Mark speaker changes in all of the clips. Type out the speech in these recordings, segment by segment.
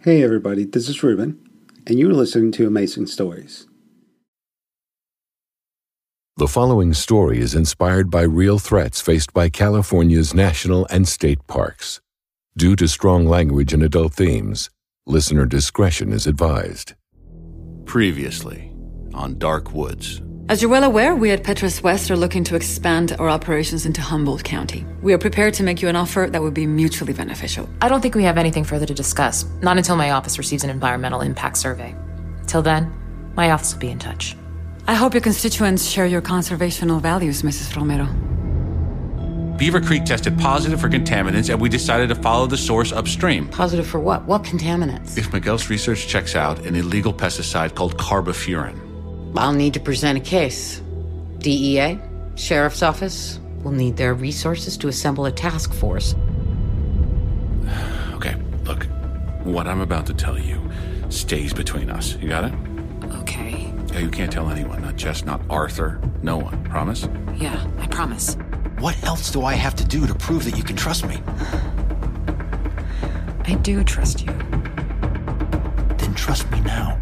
Speaker 1: Hey, everybody, this is Ruben, and you're listening to Amazing Stories.
Speaker 2: The following story is inspired by real threats faced by California's national and state parks. Due to strong language and adult themes, listener discretion is advised.
Speaker 3: Previously on Dark Woods.
Speaker 4: As you're well aware, we at Petrus West are looking to expand our operations into Humboldt County. We are prepared to make you an offer that would be mutually beneficial.
Speaker 5: I don't think we have anything further to discuss, not until my office receives an environmental impact survey. Till then, my office will be in touch.
Speaker 4: I hope your constituents share your conservational values, Mrs. Romero.
Speaker 6: Beaver Creek tested positive for contaminants, and we decided to follow the source upstream.
Speaker 4: Positive for what? What contaminants?
Speaker 6: If Miguel's research checks out, an illegal pesticide called carbofurin.
Speaker 7: I'll need to present a case. DEA, Sheriff's Office, will need their resources to assemble a task force.
Speaker 6: Okay, look, what I'm about to tell you stays between us. You got it?
Speaker 5: Okay.
Speaker 6: Yeah, you can't tell anyone, not Jess, not Arthur, no one. Promise?
Speaker 5: Yeah, I promise.
Speaker 8: What else do I have to do to prove that you can trust me?
Speaker 5: I do trust you.
Speaker 8: Then trust me now.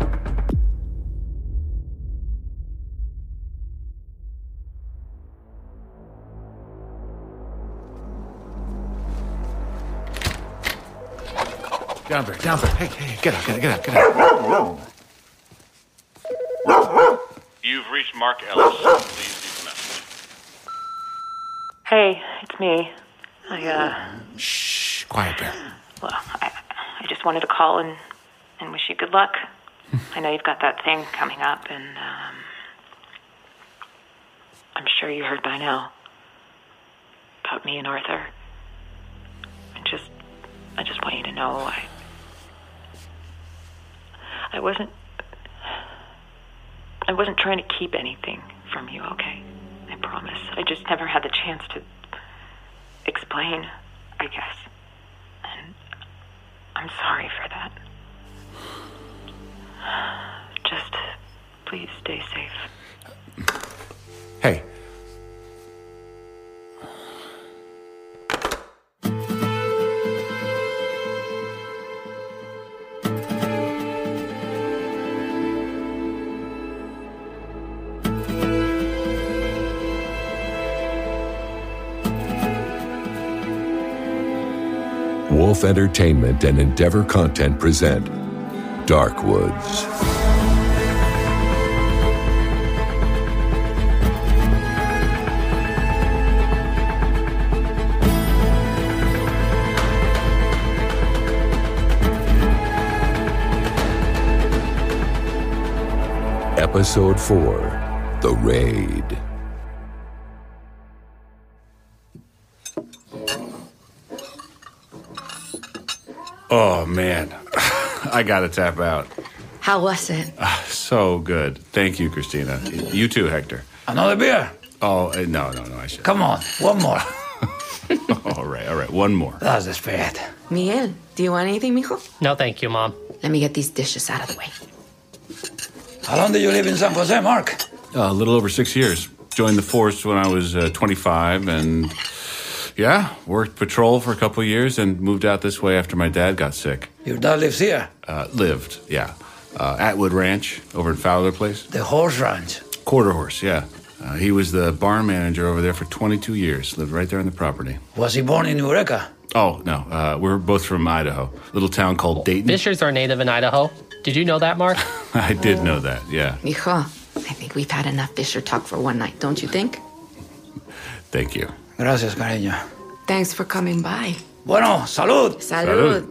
Speaker 6: Down there, down there. Hey, hey, get up, get up, get up, get up.
Speaker 9: You've reached Mark Ellis. Please leave a message.
Speaker 10: Hey, it's me. I uh,
Speaker 6: Shh, quiet bear.
Speaker 10: well, I, I just wanted to call and and wish you good luck. I know you've got that thing coming up, and um, I'm sure you heard by now about me and Arthur. And just, I just want you to know I I wasn't I wasn't trying to keep anything from you. Okay, I promise. I just never had the chance to explain. I guess. And I'm sorry for that. Just please stay safe.
Speaker 6: Hey.
Speaker 2: Wolf Entertainment and Endeavor Content present Dark Woods. Episode 4 The Raid.
Speaker 6: Oh, man. I gotta tap out.
Speaker 7: How was it?
Speaker 6: So good. Thank you, Christina. You too, Hector.
Speaker 11: Another beer.
Speaker 6: Oh, uh, no, no, no, I should.
Speaker 11: Come on, one more.
Speaker 6: all right, all right, one more.
Speaker 11: That was just bad.
Speaker 7: Miguel, do you want anything, mijo?
Speaker 12: No, thank you, Mom.
Speaker 7: Let me get these dishes out of the way.
Speaker 11: How long did you live in San Jose, Mark?
Speaker 6: a little over six years. Joined the force when I was uh, 25, and yeah, worked patrol for a couple years, and moved out this way after my dad got sick.
Speaker 11: Your dad lives here,
Speaker 6: Uh, lived, yeah, uh, Atwood Ranch over in Fowler Place,
Speaker 11: the horse ranch.
Speaker 6: quarter horse, yeah. Uh, he was the barn manager over there for 22 years. Lived right there on the property.
Speaker 11: Was he born in Eureka?
Speaker 6: Oh no, uh, we're both from Idaho, little town called Dayton.
Speaker 12: Fishers are native in Idaho. Did you know that, Mark?
Speaker 6: I did know that. Yeah,
Speaker 7: Mijo, I think we've had enough Fisher talk for one night, don't you think?
Speaker 6: thank you.
Speaker 11: Gracias, cariño.
Speaker 7: Thanks for coming by.
Speaker 11: Bueno, salud.
Speaker 7: Salud.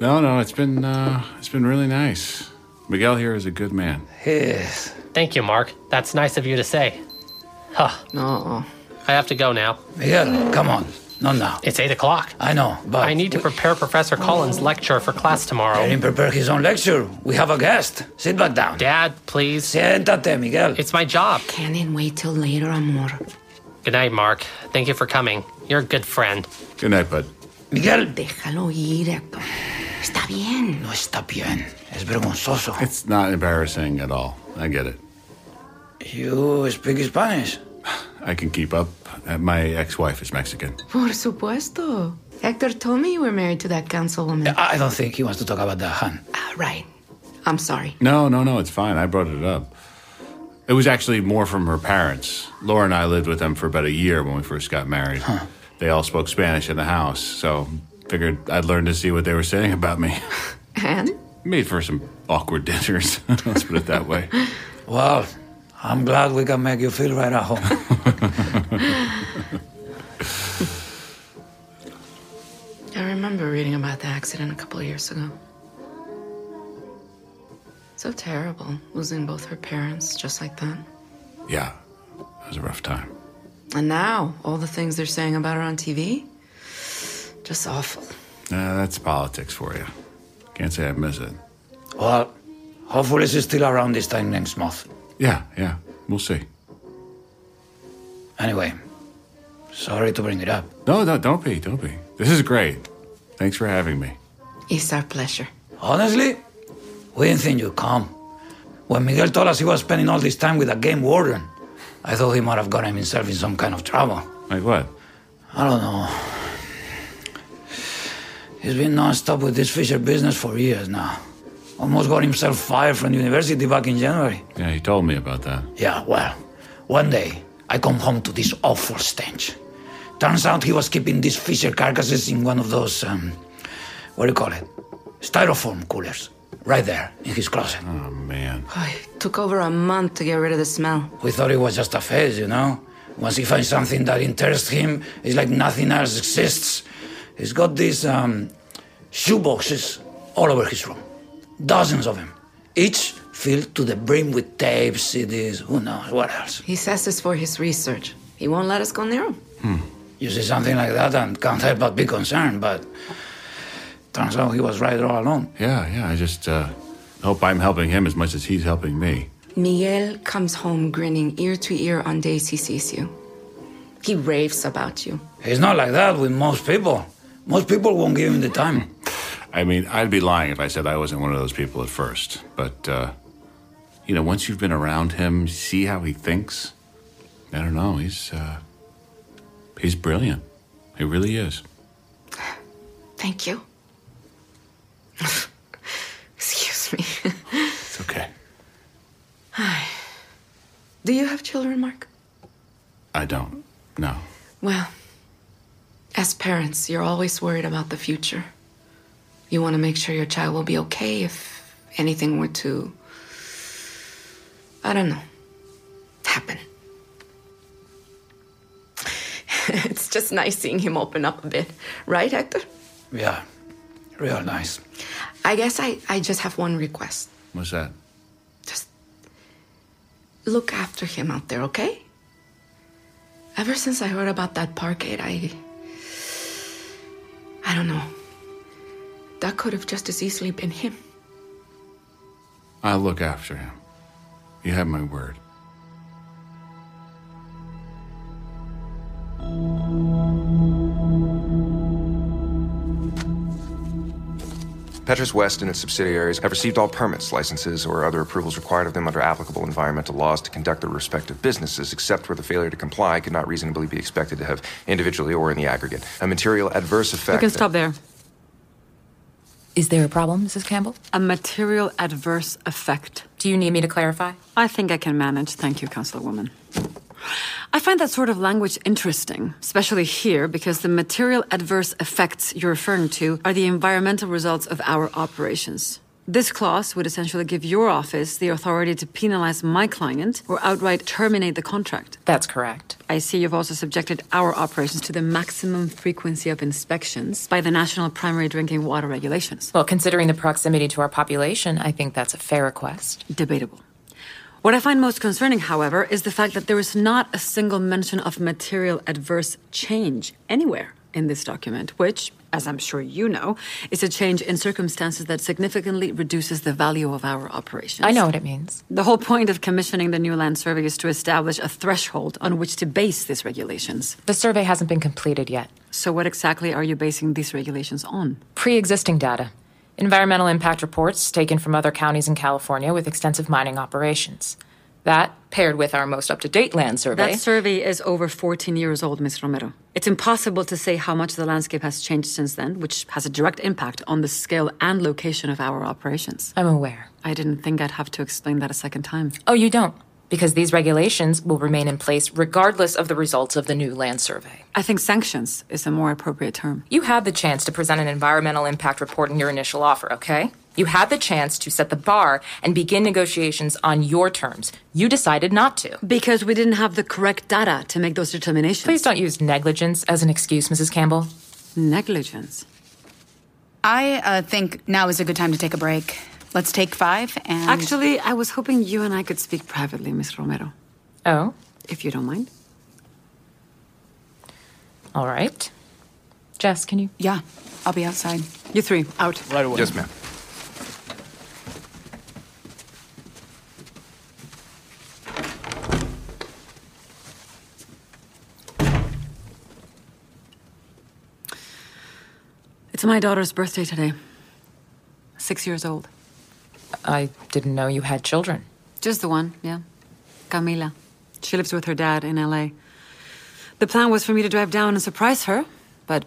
Speaker 6: No, no, it's been uh, it's been really nice. Miguel here is a good man.
Speaker 11: Yes.
Speaker 12: thank you, Mark. That's nice of you to say.
Speaker 7: No.
Speaker 12: I have to go now.
Speaker 11: Miguel, come on. Not now.
Speaker 12: It's 8 o'clock.
Speaker 11: I know, but
Speaker 12: I need to prepare Professor Collins' lecture for class
Speaker 11: Let
Speaker 12: tomorrow.
Speaker 11: him prepare his own lecture. We have a guest. Sit back down.
Speaker 12: Dad, please.
Speaker 11: Siéntate, Miguel.
Speaker 12: It's my job.
Speaker 7: Can it wait till later, amor?
Speaker 12: Good night, Mark. Thank you for coming. You're a good friend.
Speaker 6: Good night, bud.
Speaker 11: Miguel.
Speaker 7: Déjalo ir, Héctor. Está bien.
Speaker 11: No está bien. Es vergonzoso.
Speaker 6: It's not embarrassing at all. I get it.
Speaker 11: You speak Spanish?
Speaker 6: I can keep up. Uh, my ex-wife is Mexican.
Speaker 7: Por supuesto. Hector told me you were married to that councilwoman.
Speaker 11: I don't think he wants to talk about that, Han.
Speaker 7: Ah, right. I'm sorry.
Speaker 6: No, no, no, it's fine. I brought it up. It was actually more from her parents. Laura and I lived with them for about a year when we first got married. They all spoke Spanish in the house, so figured I'd learn to see what they were saying about me.
Speaker 7: And?
Speaker 6: Made for some awkward dinners. Let's put it that way.
Speaker 11: Well, I'm glad we can make you feel right at home.
Speaker 7: I remember reading about the accident a couple of years ago. So terrible, losing both her parents just like that.
Speaker 6: Yeah, it was a rough time.
Speaker 7: And now, all the things they're saying about her on TV? Just awful.
Speaker 6: Uh, that's politics for you. Can't say I miss it.
Speaker 11: Well, hopefully she's still around this time next month.
Speaker 6: Yeah, yeah, we'll see.
Speaker 11: Anyway, sorry to bring it up.
Speaker 6: No, no, don't be, don't be. This is great. Thanks for having me.
Speaker 7: It's our pleasure.
Speaker 11: Honestly, we didn't think you'd come. When Miguel told us he was spending all this time with a game warden, I thought he might have gotten himself in some kind of trouble.
Speaker 6: Like what?
Speaker 11: I don't know. He's been nonstop with this Fisher business for years now. Almost got himself fired from university back in January.
Speaker 6: Yeah, he told me about that.
Speaker 11: Yeah, well, one day I come home to this awful stench. Turns out he was keeping these Fisher carcasses in one of those, um, what do you call it? Styrofoam coolers. Right there in his closet.
Speaker 6: Oh, man.
Speaker 7: Ay, took over a month to get rid of the smell.
Speaker 11: We thought it was just a phase, you know? Once he finds something that interests him, it's like nothing else exists. He's got these um, shoe boxes all over his room. Dozens of them. Each filled to the brim with tapes, CDs, who knows, what else.
Speaker 7: He says it's for his research. He won't let us go near him.
Speaker 11: You see something like that and can't help but be concerned, but turns out he was right all along.
Speaker 6: Yeah, yeah, I just uh, hope I'm helping him as much as he's helping me.
Speaker 7: Miguel comes home grinning ear to ear on days he sees you. He raves about you.
Speaker 11: He's not like that with most people. Most people won't give him the time.
Speaker 6: I mean, I'd be lying if I said I wasn't one of those people at first. But, uh, you know, once you've been around him, see how he thinks. I don't know. He's, uh, he's brilliant. He really is.
Speaker 7: Thank you. Excuse me.
Speaker 6: It's okay.
Speaker 7: Do you have children, Mark?
Speaker 6: I don't. No.
Speaker 7: Well, as parents, you're always worried about the future. You want to make sure your child will be okay if anything were to. I don't know. Happen. it's just nice seeing him open up a bit, right, Hector?
Speaker 11: Yeah, real nice.
Speaker 7: I guess I, I just have one request.
Speaker 6: What's that?
Speaker 7: Look after him out there, okay? Ever since I heard about that parkade, I. I don't know. That could have just as easily been him.
Speaker 6: I'll look after him. You have my word.
Speaker 13: Petrus West and its subsidiaries have received all permits, licenses, or other approvals required of them under applicable environmental laws to conduct their respective businesses, except where the failure to comply could not reasonably be expected to have, individually or in the aggregate, a material adverse effect.
Speaker 4: We can stop there.
Speaker 5: Is there a problem, Mrs. Campbell?
Speaker 4: A material adverse effect.
Speaker 5: Do you need me to clarify?
Speaker 4: I think I can manage. Thank you, Councilwoman. I find that sort of language interesting, especially here, because the material adverse effects you're referring to are the environmental results of our operations. This clause would essentially give your office the authority to penalize my client or outright terminate the contract.
Speaker 5: That's correct.
Speaker 4: I see you've also subjected our operations to the maximum frequency of inspections by the National Primary Drinking Water Regulations.
Speaker 5: Well, considering the proximity to our population, I think that's a fair request.
Speaker 4: Debatable. What I find most concerning, however, is the fact that there is not a single mention of material adverse change anywhere in this document, which, as I'm sure you know, is a change in circumstances that significantly reduces the value of our operations.
Speaker 5: I know what it means.
Speaker 4: The whole point of commissioning the new land survey is to establish a threshold on which to base these regulations.
Speaker 5: The survey hasn't been completed yet.
Speaker 4: So, what exactly are you basing these regulations on?
Speaker 5: Pre existing data. Environmental impact reports taken from other counties in California with extensive mining operations. That, paired with our most up to date land survey,
Speaker 4: That survey is over 14 years old, Ms. Romero. It's impossible to say how much the landscape has changed since then, which has a direct impact on the scale and location of our operations.
Speaker 5: I'm aware.
Speaker 4: I didn't think I'd have to explain that a second time.
Speaker 5: Oh, you don't? Because these regulations will remain in place regardless of the results of the new land survey.
Speaker 4: I think sanctions is a more appropriate term.
Speaker 5: You had the chance to present an environmental impact report in your initial offer, okay? You had the chance to set the bar and begin negotiations on your terms. You decided not to.
Speaker 4: Because we didn't have the correct data to make those determinations.
Speaker 5: Please don't use negligence as an excuse, Mrs. Campbell.
Speaker 4: Negligence?
Speaker 14: I uh, think now is a good time to take a break. Let's take five and.
Speaker 4: Actually, I was hoping you and I could speak privately, Miss Romero.
Speaker 5: Oh?
Speaker 4: If you don't mind.
Speaker 5: All right. Jess, can you?
Speaker 14: Yeah, I'll be outside.
Speaker 4: You three, out.
Speaker 13: Right away. Yes, ma'am.
Speaker 4: It's my daughter's birthday today. Six years old.
Speaker 5: I didn't know you had children.
Speaker 4: Just the one, yeah. Camila. She lives with her dad in LA. The plan was for me to drive down and surprise her, but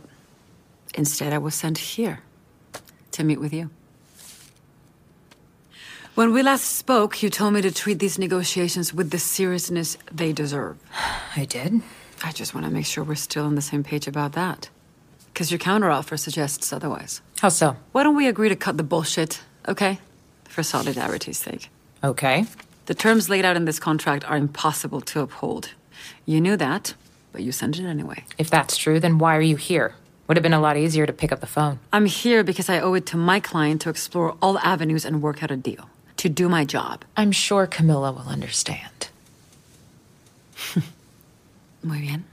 Speaker 4: instead I was sent here to meet with you. When we last spoke, you told me to treat these negotiations with the seriousness they deserve.
Speaker 5: I did.
Speaker 4: I just want to make sure we're still on the same page about that. Because your counteroffer suggests otherwise.
Speaker 5: How so?
Speaker 4: Why don't we agree to cut the bullshit, okay? For solidarity's sake.
Speaker 5: Okay.
Speaker 4: The terms laid out in this contract are impossible to uphold. You knew that, but you sent it anyway.
Speaker 5: If that's true, then why are you here? Would have been a lot easier to pick up the phone.
Speaker 4: I'm here because I owe it to my client to explore all avenues and work out a deal, to do my job.
Speaker 5: I'm sure Camilla will understand.
Speaker 4: Muy bien.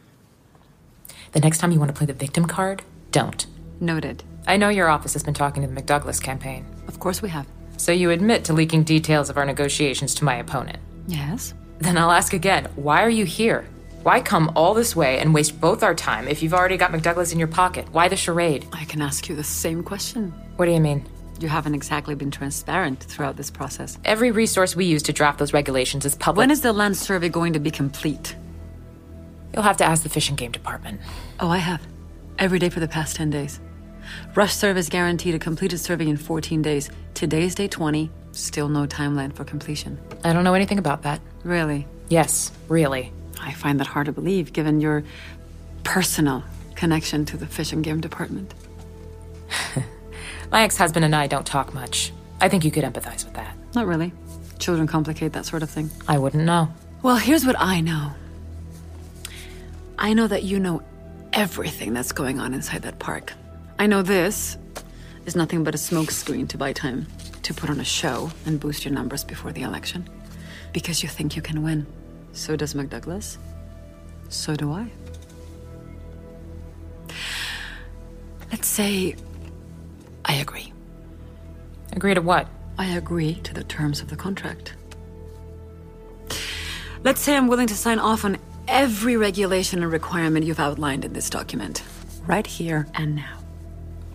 Speaker 5: The next time you want to play the victim card, don't.
Speaker 4: Noted.
Speaker 5: I know your office has been talking to the McDouglas campaign.
Speaker 4: Of course we have.
Speaker 5: So you admit to leaking details of our negotiations to my opponent.
Speaker 4: Yes?
Speaker 5: Then I'll ask again why are you here? Why come all this way and waste both our time if you've already got McDouglas in your pocket? Why the charade?
Speaker 4: I can ask you the same question.
Speaker 5: What do you mean?
Speaker 4: You haven't exactly been transparent throughout this process.
Speaker 5: Every resource we use to draft those regulations is public.
Speaker 4: When is the land survey going to be complete?
Speaker 5: You'll have to ask the fish and game department.
Speaker 4: Oh, I have. Every day for the past 10 days. Rush service guaranteed a completed survey in 14 days. Today is day 20. Still no timeline for completion.
Speaker 5: I don't know anything about that.
Speaker 4: Really?
Speaker 5: Yes, really.
Speaker 4: I find that hard to believe given your personal connection to the fish and game department.
Speaker 5: My ex husband and I don't talk much. I think you could empathize with that.
Speaker 4: Not really. Children complicate that sort of thing.
Speaker 5: I wouldn't know.
Speaker 4: Well, here's what I know I know that you know everything that's going on inside that park. I know this is nothing but a smokescreen to buy time, to put on a show and boost your numbers before the election. Because you think you can win. So does McDouglas. So do I. Let's say I agree.
Speaker 5: Agree to what?
Speaker 4: I agree to the terms of the contract. Let's say I'm willing to sign off on every regulation and requirement you've outlined in this document, right here and now.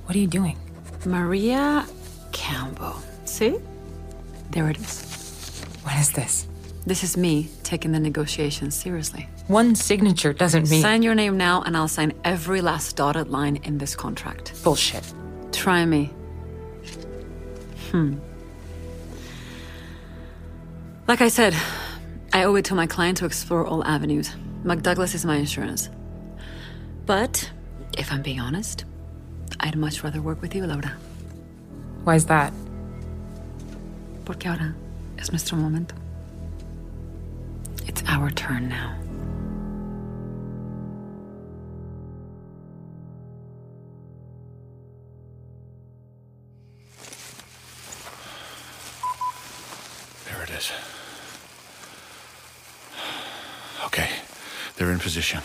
Speaker 5: What are you doing?
Speaker 4: Maria Campbell. See? There it is.
Speaker 5: What is this?
Speaker 4: This is me taking the negotiations seriously.
Speaker 5: One signature doesn't mean.
Speaker 4: Sign your name now, and I'll sign every last dotted line in this contract.
Speaker 5: Bullshit.
Speaker 4: Try me. Hmm. Like I said, I owe it to my client to explore all avenues. McDouglas is my insurance. But, if I'm being honest, I'd much rather work with you, Laura.
Speaker 5: Why is that?
Speaker 4: Porque ahora es nuestro momento. It's our turn now.
Speaker 6: There it is. Okay, they're in position.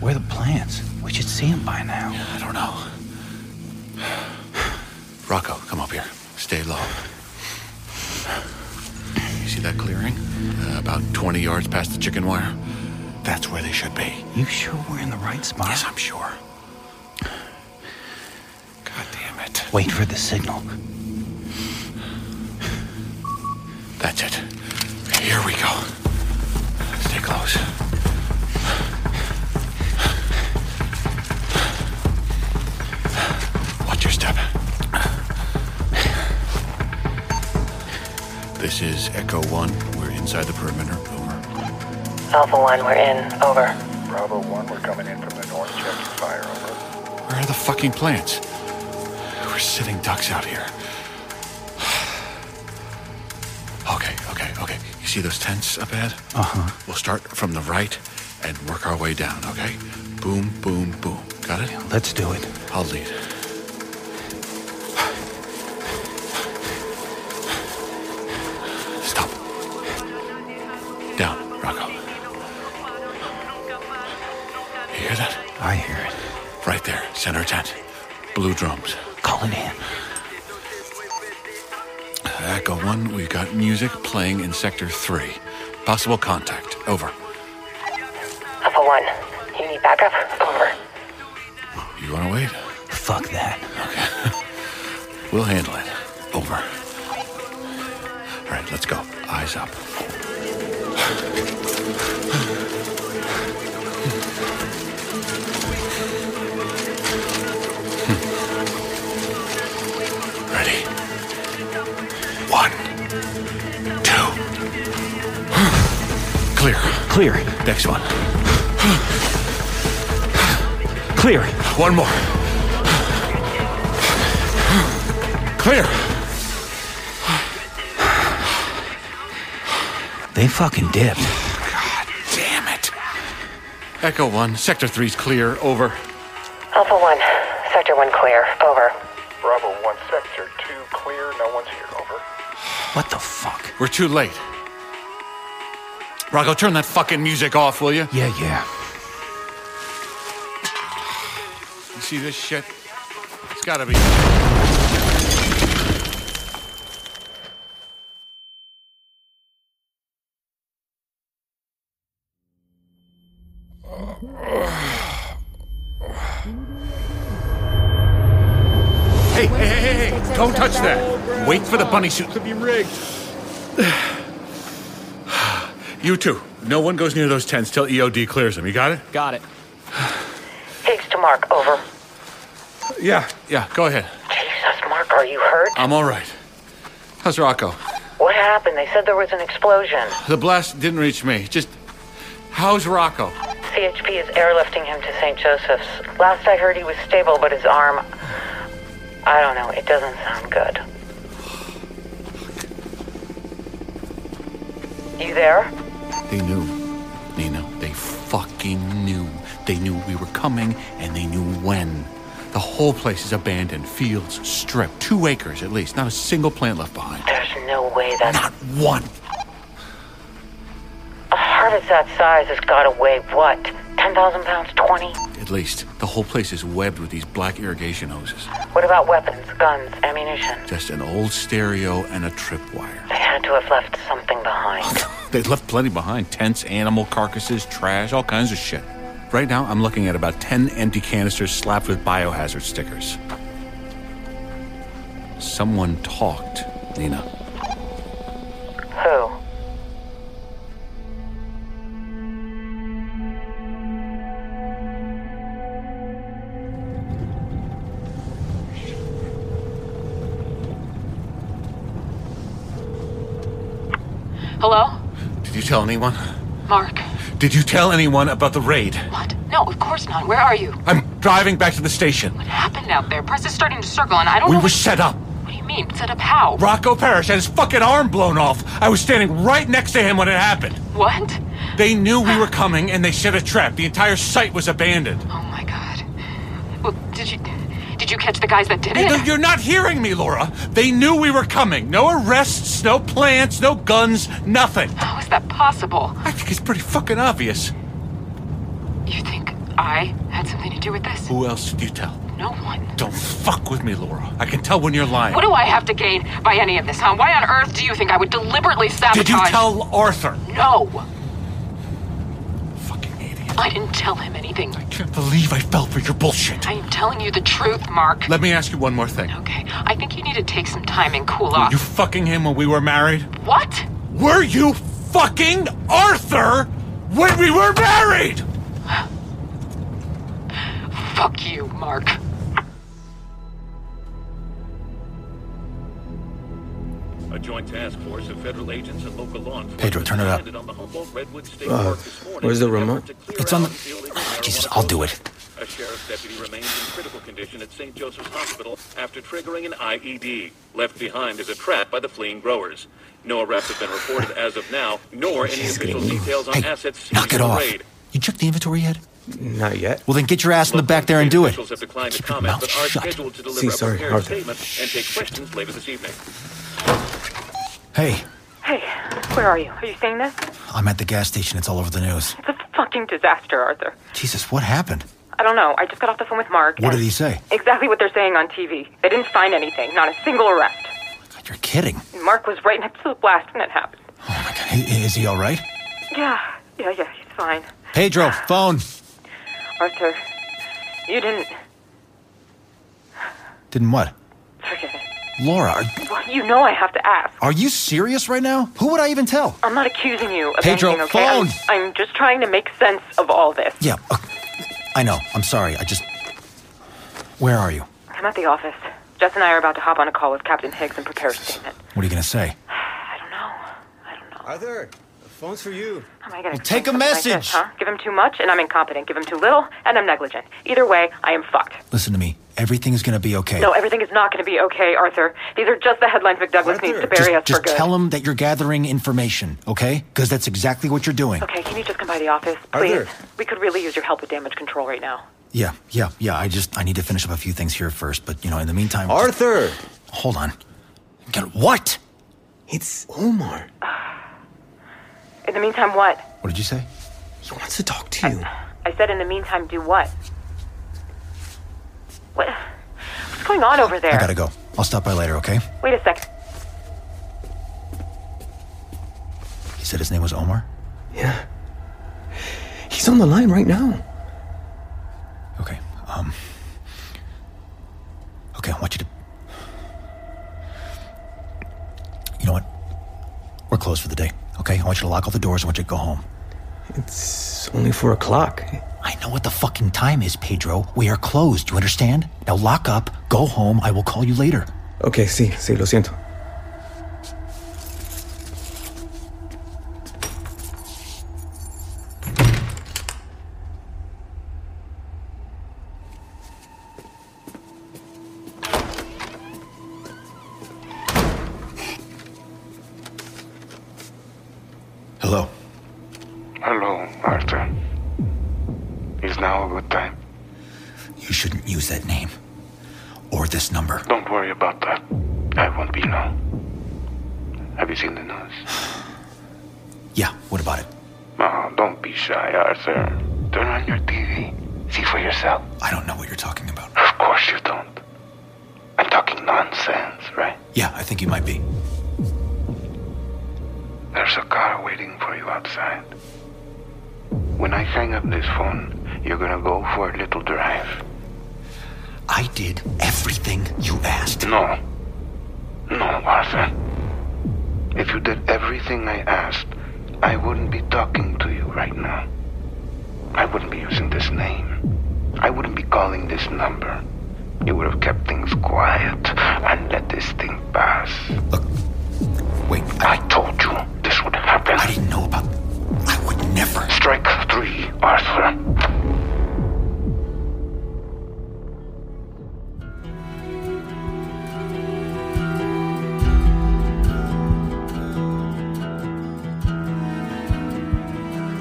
Speaker 15: Where are the plans? We should see them by now.
Speaker 6: I don't know. Rocco, come up here. Stay low. You see that clearing? Uh, about 20 yards past the chicken wire. That's where they should be.
Speaker 15: You sure we're in the right spot?
Speaker 6: Yes, I'm sure. God damn it.
Speaker 15: Wait for the signal.
Speaker 6: That's it. Here we go. Stay close. Watch your step. This is Echo One. We're inside the perimeter.
Speaker 16: Alpha 1, we're in. Over.
Speaker 9: Bravo 1, we're coming in from the north. Check your fire. Over.
Speaker 6: Where are the fucking plants? We're sitting ducks out here. Okay, okay, okay. You see those tents up ahead?
Speaker 15: Uh huh.
Speaker 6: We'll start from the right and work our way down, okay? Boom, boom, boom. Got it?
Speaker 15: Let's do it.
Speaker 6: I'll lead. Stop. Down, Rocco. You hear that?
Speaker 15: I hear it.
Speaker 6: Right there, center tent. Blue drums.
Speaker 15: Calling in.
Speaker 6: Echo 1, we've got music playing in Sector 3. Possible contact. Over.
Speaker 16: Alpha 1, you need backup? Over.
Speaker 6: You want to wait?
Speaker 15: Fuck that.
Speaker 6: Okay. we'll handle it. Over. All right, let's go. Eyes up. Ready? One, two. Clear.
Speaker 15: Clear.
Speaker 6: Next one.
Speaker 15: Clear.
Speaker 6: One more. Clear.
Speaker 15: They fucking dipped.
Speaker 6: Damn it. Echo 1, Sector Three's clear. Over.
Speaker 16: Alpha 1, Sector 1 clear. Over.
Speaker 9: Bravo 1, Sector 2, clear. No one's here. Over.
Speaker 15: What the fuck?
Speaker 6: We're too late. Rocco, turn that fucking music off, will you?
Speaker 15: Yeah, yeah.
Speaker 6: You see this shit? It's gotta be. Hey, hey, hey, hey, hey! Don't touch that! Wait for the bunny suit to be rigged. You too. No one goes near those tents till EOD clears them. You got it?
Speaker 12: Got it.
Speaker 16: Higgs to Mark. Over.
Speaker 6: Yeah, yeah, go ahead.
Speaker 16: Jesus, Mark, are you hurt?
Speaker 6: I'm all right. How's Rocco?
Speaker 16: What happened? They said there was an explosion.
Speaker 6: The blast didn't reach me. Just. How's Rocco?
Speaker 16: CHP is airlifting him to St. Joseph's. Last I heard, he was stable, but his arm. I don't know. It doesn't sound good. You there?
Speaker 6: They knew. Nina, they fucking knew. They knew we were coming and they knew when. The whole place is abandoned, fields stripped, two acres at least, not a single plant left behind.
Speaker 16: There's no way that.
Speaker 6: Not one.
Speaker 16: A harvest that size has got to weigh what? 10,000 pounds? 20?
Speaker 6: At least. The whole place is webbed with these black irrigation hoses.
Speaker 16: What about weapons, guns, ammunition?
Speaker 6: Just an old stereo and a tripwire.
Speaker 16: They had to have left something behind.
Speaker 6: They left plenty behind tents, animal carcasses, trash, all kinds of shit. Right now, I'm looking at about 10 empty canisters slapped with biohazard stickers. Someone talked, Nina.
Speaker 16: Who?
Speaker 10: Hello?
Speaker 6: Did you tell anyone?
Speaker 10: Mark?
Speaker 6: Did you tell anyone about the raid?
Speaker 10: What? No, of course not. Where are you?
Speaker 6: I'm driving back to the station.
Speaker 10: What happened out there? Press is starting to circle, and I don't
Speaker 6: We
Speaker 10: know.
Speaker 6: were set up.
Speaker 10: What do you mean? Set up how?
Speaker 6: Rocco Parrish had his fucking arm blown off. I was standing right next to him when it happened.
Speaker 10: What?
Speaker 6: They knew we were coming and they set a trap. The entire site was abandoned.
Speaker 10: Well, did you did you catch the guys that did it?
Speaker 6: No, You're not hearing me, Laura. They knew we were coming. No arrests, no plants, no guns, nothing.
Speaker 10: How is that possible?
Speaker 6: I think it's pretty fucking obvious.
Speaker 10: You think I had something to do with this?
Speaker 6: Who else did you tell?
Speaker 10: No one.
Speaker 6: Don't fuck with me, Laura. I can tell when you're lying.
Speaker 10: What do I have to gain by any of this, huh? Why on earth do you think I would deliberately sabotage?
Speaker 6: Did you tell Arthur?
Speaker 10: No. Fucking idiot. I didn't tell him anything. I
Speaker 6: can't Believe I fell for your bullshit.
Speaker 10: I am telling you the truth, Mark.
Speaker 6: Let me ask you one more thing.
Speaker 10: Okay, I think you need to take some time and cool
Speaker 6: Were
Speaker 10: off.
Speaker 6: you fucking him when we were married?
Speaker 10: What?
Speaker 6: Were you fucking Arthur when we were married?
Speaker 17: Fuck you, Mark.
Speaker 18: A joint task force of federal agents and local law enforcement
Speaker 15: Pedro, turn it up.
Speaker 18: landed on the Humboldt Redwood State
Speaker 15: Uh,
Speaker 18: Park this morning
Speaker 15: where's the
Speaker 18: in an effort
Speaker 15: remote?
Speaker 18: to clear
Speaker 15: It's on
Speaker 18: out
Speaker 15: the.
Speaker 18: illegal marijuana
Speaker 15: Jesus, I'll do it.
Speaker 18: A sheriff's deputy remains in critical condition at St. Joseph's Hospital after triggering an IED left behind as a trap by the fleeing growers. No arrests have been reported as of now, nor any
Speaker 15: Jesus,
Speaker 18: official
Speaker 15: getting me.
Speaker 18: details on
Speaker 15: Hey,
Speaker 18: assets seized
Speaker 15: knock it
Speaker 18: in the
Speaker 15: off.
Speaker 18: raid.
Speaker 15: You checked the inventory yet? Not yet. Well,
Speaker 8: then get your ass in the back there and do it.
Speaker 18: Officials have declined to comment, but are scheduled to deliver
Speaker 8: See,
Speaker 18: a
Speaker 8: sorry,
Speaker 18: prepared
Speaker 8: Arthur.
Speaker 18: statement and take questions later this evening.
Speaker 8: Hey,
Speaker 10: Hey, where are you? Are you seeing this?
Speaker 8: I'm at the gas station. It's all over the news.
Speaker 10: It's a fucking disaster, Arthur.
Speaker 8: Jesus, what happened?
Speaker 10: I don't know. I just got off the phone with Mark.
Speaker 8: What
Speaker 10: and-
Speaker 8: did he say?
Speaker 10: Exactly what they're saying on TV. They didn't find anything, not a single arrest.
Speaker 8: You're kidding.
Speaker 10: Mark was right next to the blast when it happened.
Speaker 8: Hey, Is he all right?
Speaker 10: Yeah, yeah, yeah, he's fine.
Speaker 8: Pedro, phone.
Speaker 10: Arthur, you didn't.
Speaker 8: Didn't what?
Speaker 10: Forget it.
Speaker 8: Laura, are,
Speaker 10: Well, you know I have to ask.
Speaker 8: are you serious right now? Who would I even tell?
Speaker 10: I'm not accusing you of
Speaker 8: Pedro,
Speaker 10: anything, okay? I'm-
Speaker 8: phone!
Speaker 10: I'm, just trying to make sense of all this.
Speaker 8: Yeah, uh, I know. I'm sorry. I just. Where are you?
Speaker 10: I'm at the office. Jess and I are about to hop on a call with Captain Higgs and prepare a statement.
Speaker 8: What are you going to say?
Speaker 19: Arthur, the phone's for you.
Speaker 10: Am I gonna
Speaker 19: Well, take a
Speaker 10: explain something like this,
Speaker 19: message.
Speaker 10: huh? Give him too much, and I'm incompetent. Give him too little, and I'm negligent. Either way, I am fucked.
Speaker 8: Listen to me. Everything is going to be okay.
Speaker 10: No, everything is not going to be okay, Arthur. These are just the headlines McDouglas needs to bury us
Speaker 8: just
Speaker 10: for good.
Speaker 8: tell him that you're gathering information, okay? Because that's exactly what you're doing.
Speaker 10: Okay, can you just come by the office, please? We could really use your help with damage control right now.
Speaker 8: Yeah, yeah, yeah. I just I need to finish up a few things here first, but you know, in the meantime,
Speaker 19: Arthur.
Speaker 8: Hold on. Get what?
Speaker 19: It's Omar.
Speaker 10: In the meantime, what?
Speaker 8: What did you say?
Speaker 19: He wants to talk to you.
Speaker 10: I said, in the meantime, do what? What? What's going on over there?
Speaker 8: I gotta go. I'll stop by later, okay?
Speaker 10: Wait a second.
Speaker 8: He said his name was Omar.
Speaker 19: Yeah. He's on the line right now.
Speaker 8: Okay. Um. Okay, I want you to. You know what? We're closed for the day. Okay, I want you to lock all the doors. I want you to go home.
Speaker 19: It's only four o'clock.
Speaker 8: I know what the fucking time is, Pedro. We are closed. You understand? Now lock up. Go home. I will call you later.
Speaker 19: Okay, sí, sí, lo siento.
Speaker 8: Hello.
Speaker 1: Hello, Arthur. Is now a good time?
Speaker 8: You shouldn't use that name or this number.
Speaker 1: Don't worry about that. I won't be long. Have you seen the news?
Speaker 8: Yeah. What about it?
Speaker 1: Oh, don't be shy, Arthur. Turn on your TV. See for yourself.
Speaker 8: I don't know what you're talking about.
Speaker 1: Of course you don't. I'm talking nonsense, right?
Speaker 8: Yeah, I think you might be.
Speaker 1: There's a car waiting for you outside. When I hang up this phone, you're gonna go for a little drive.
Speaker 8: I did everything you asked.
Speaker 1: No. No, Arthur. If you did everything I asked, I wouldn't be talking to you right now. I wouldn't be using this name. I wouldn't be calling this number. You would have kept things quiet and let this thing pass.
Speaker 8: Look, wait.
Speaker 1: I, told you this would happen. I
Speaker 8: didn't know about. I would never.
Speaker 1: Strike three, Arthur.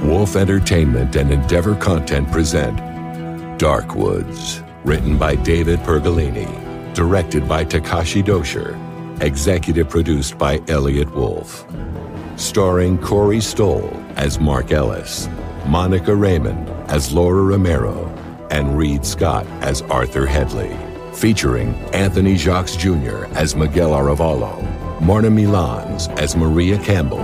Speaker 2: Wolf Entertainment and Endeavor Content present Dark Woods, written by David Pergolini, directed by Takashi Dosher, executive produced by Elliot Wolf. Starring Corey Stoll as Mark Ellis, Monica Raymond as Laura Romero, and Reed Scott as Arthur Headley. Featuring Anthony Jacques Jr. as Miguel Aravallo, Marta Milans as Maria Campbell,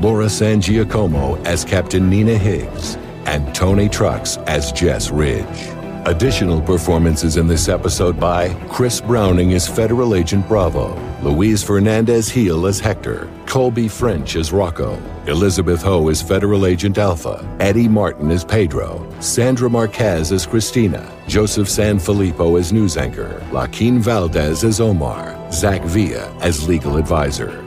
Speaker 2: Laura Sangiacomo as Captain Nina Higgs, and Tony Trucks as Jess Ridge. Additional performances in this episode by Chris Browning as Federal Agent Bravo, Luis Fernandez Heel as Hector, Colby French as Rocco, Elizabeth Ho as Federal Agent Alpha, Eddie Martin as Pedro, Sandra Marquez as Christina, Joseph Sanfilippo as news anchor, Joaquin Valdez as Omar, Zach Villa as legal advisor.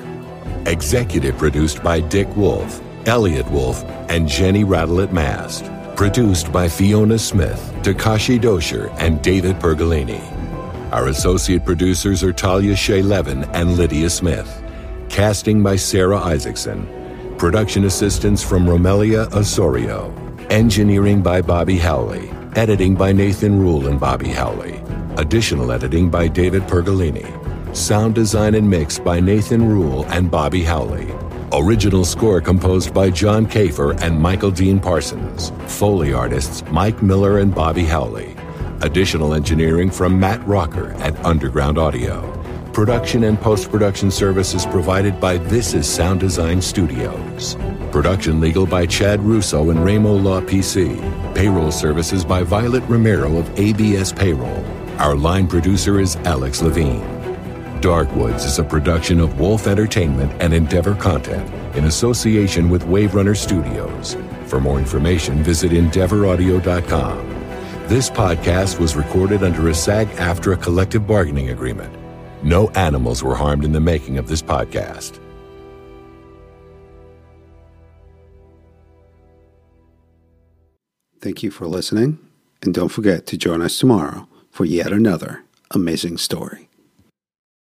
Speaker 2: Executive produced by Dick Wolf, Elliot Wolf, and Jenny Rattlett Mast. Produced by Fiona Smith, Takashi Dosher, and David Pergolini. Our associate producers are Talia Shea Levin and Lydia Smith. Casting by Sarah Isaacson. Production assistance from Romelia Osorio. Engineering by Bobby Howley. Editing by Nathan Rule and Bobby Howley. Additional editing by David Pergolini. Sound design and mix by Nathan Rule and Bobby Howley. Original score composed by John Kafer and Michael Dean Parsons. Foley artists Mike Miller and Bobby Howley. Additional engineering from Matt Rocker at Underground Audio. Production and post production services provided by This Is Sound Design Studios. Production legal by Chad Russo and Ramo Law PC. Payroll services by Violet Romero of ABS Payroll. Our line producer is Alex Levine. Dark Woods is a production of Wolf Entertainment and Endeavor Content in association with Wave Runner Studios. For more information, visit EndeavorAudio.com. This podcast was recorded under a SAG AFTRA collective bargaining agreement. No animals were harmed in the making of this podcast.
Speaker 20: Thank you for listening, and don't forget to join us tomorrow for yet another amazing story.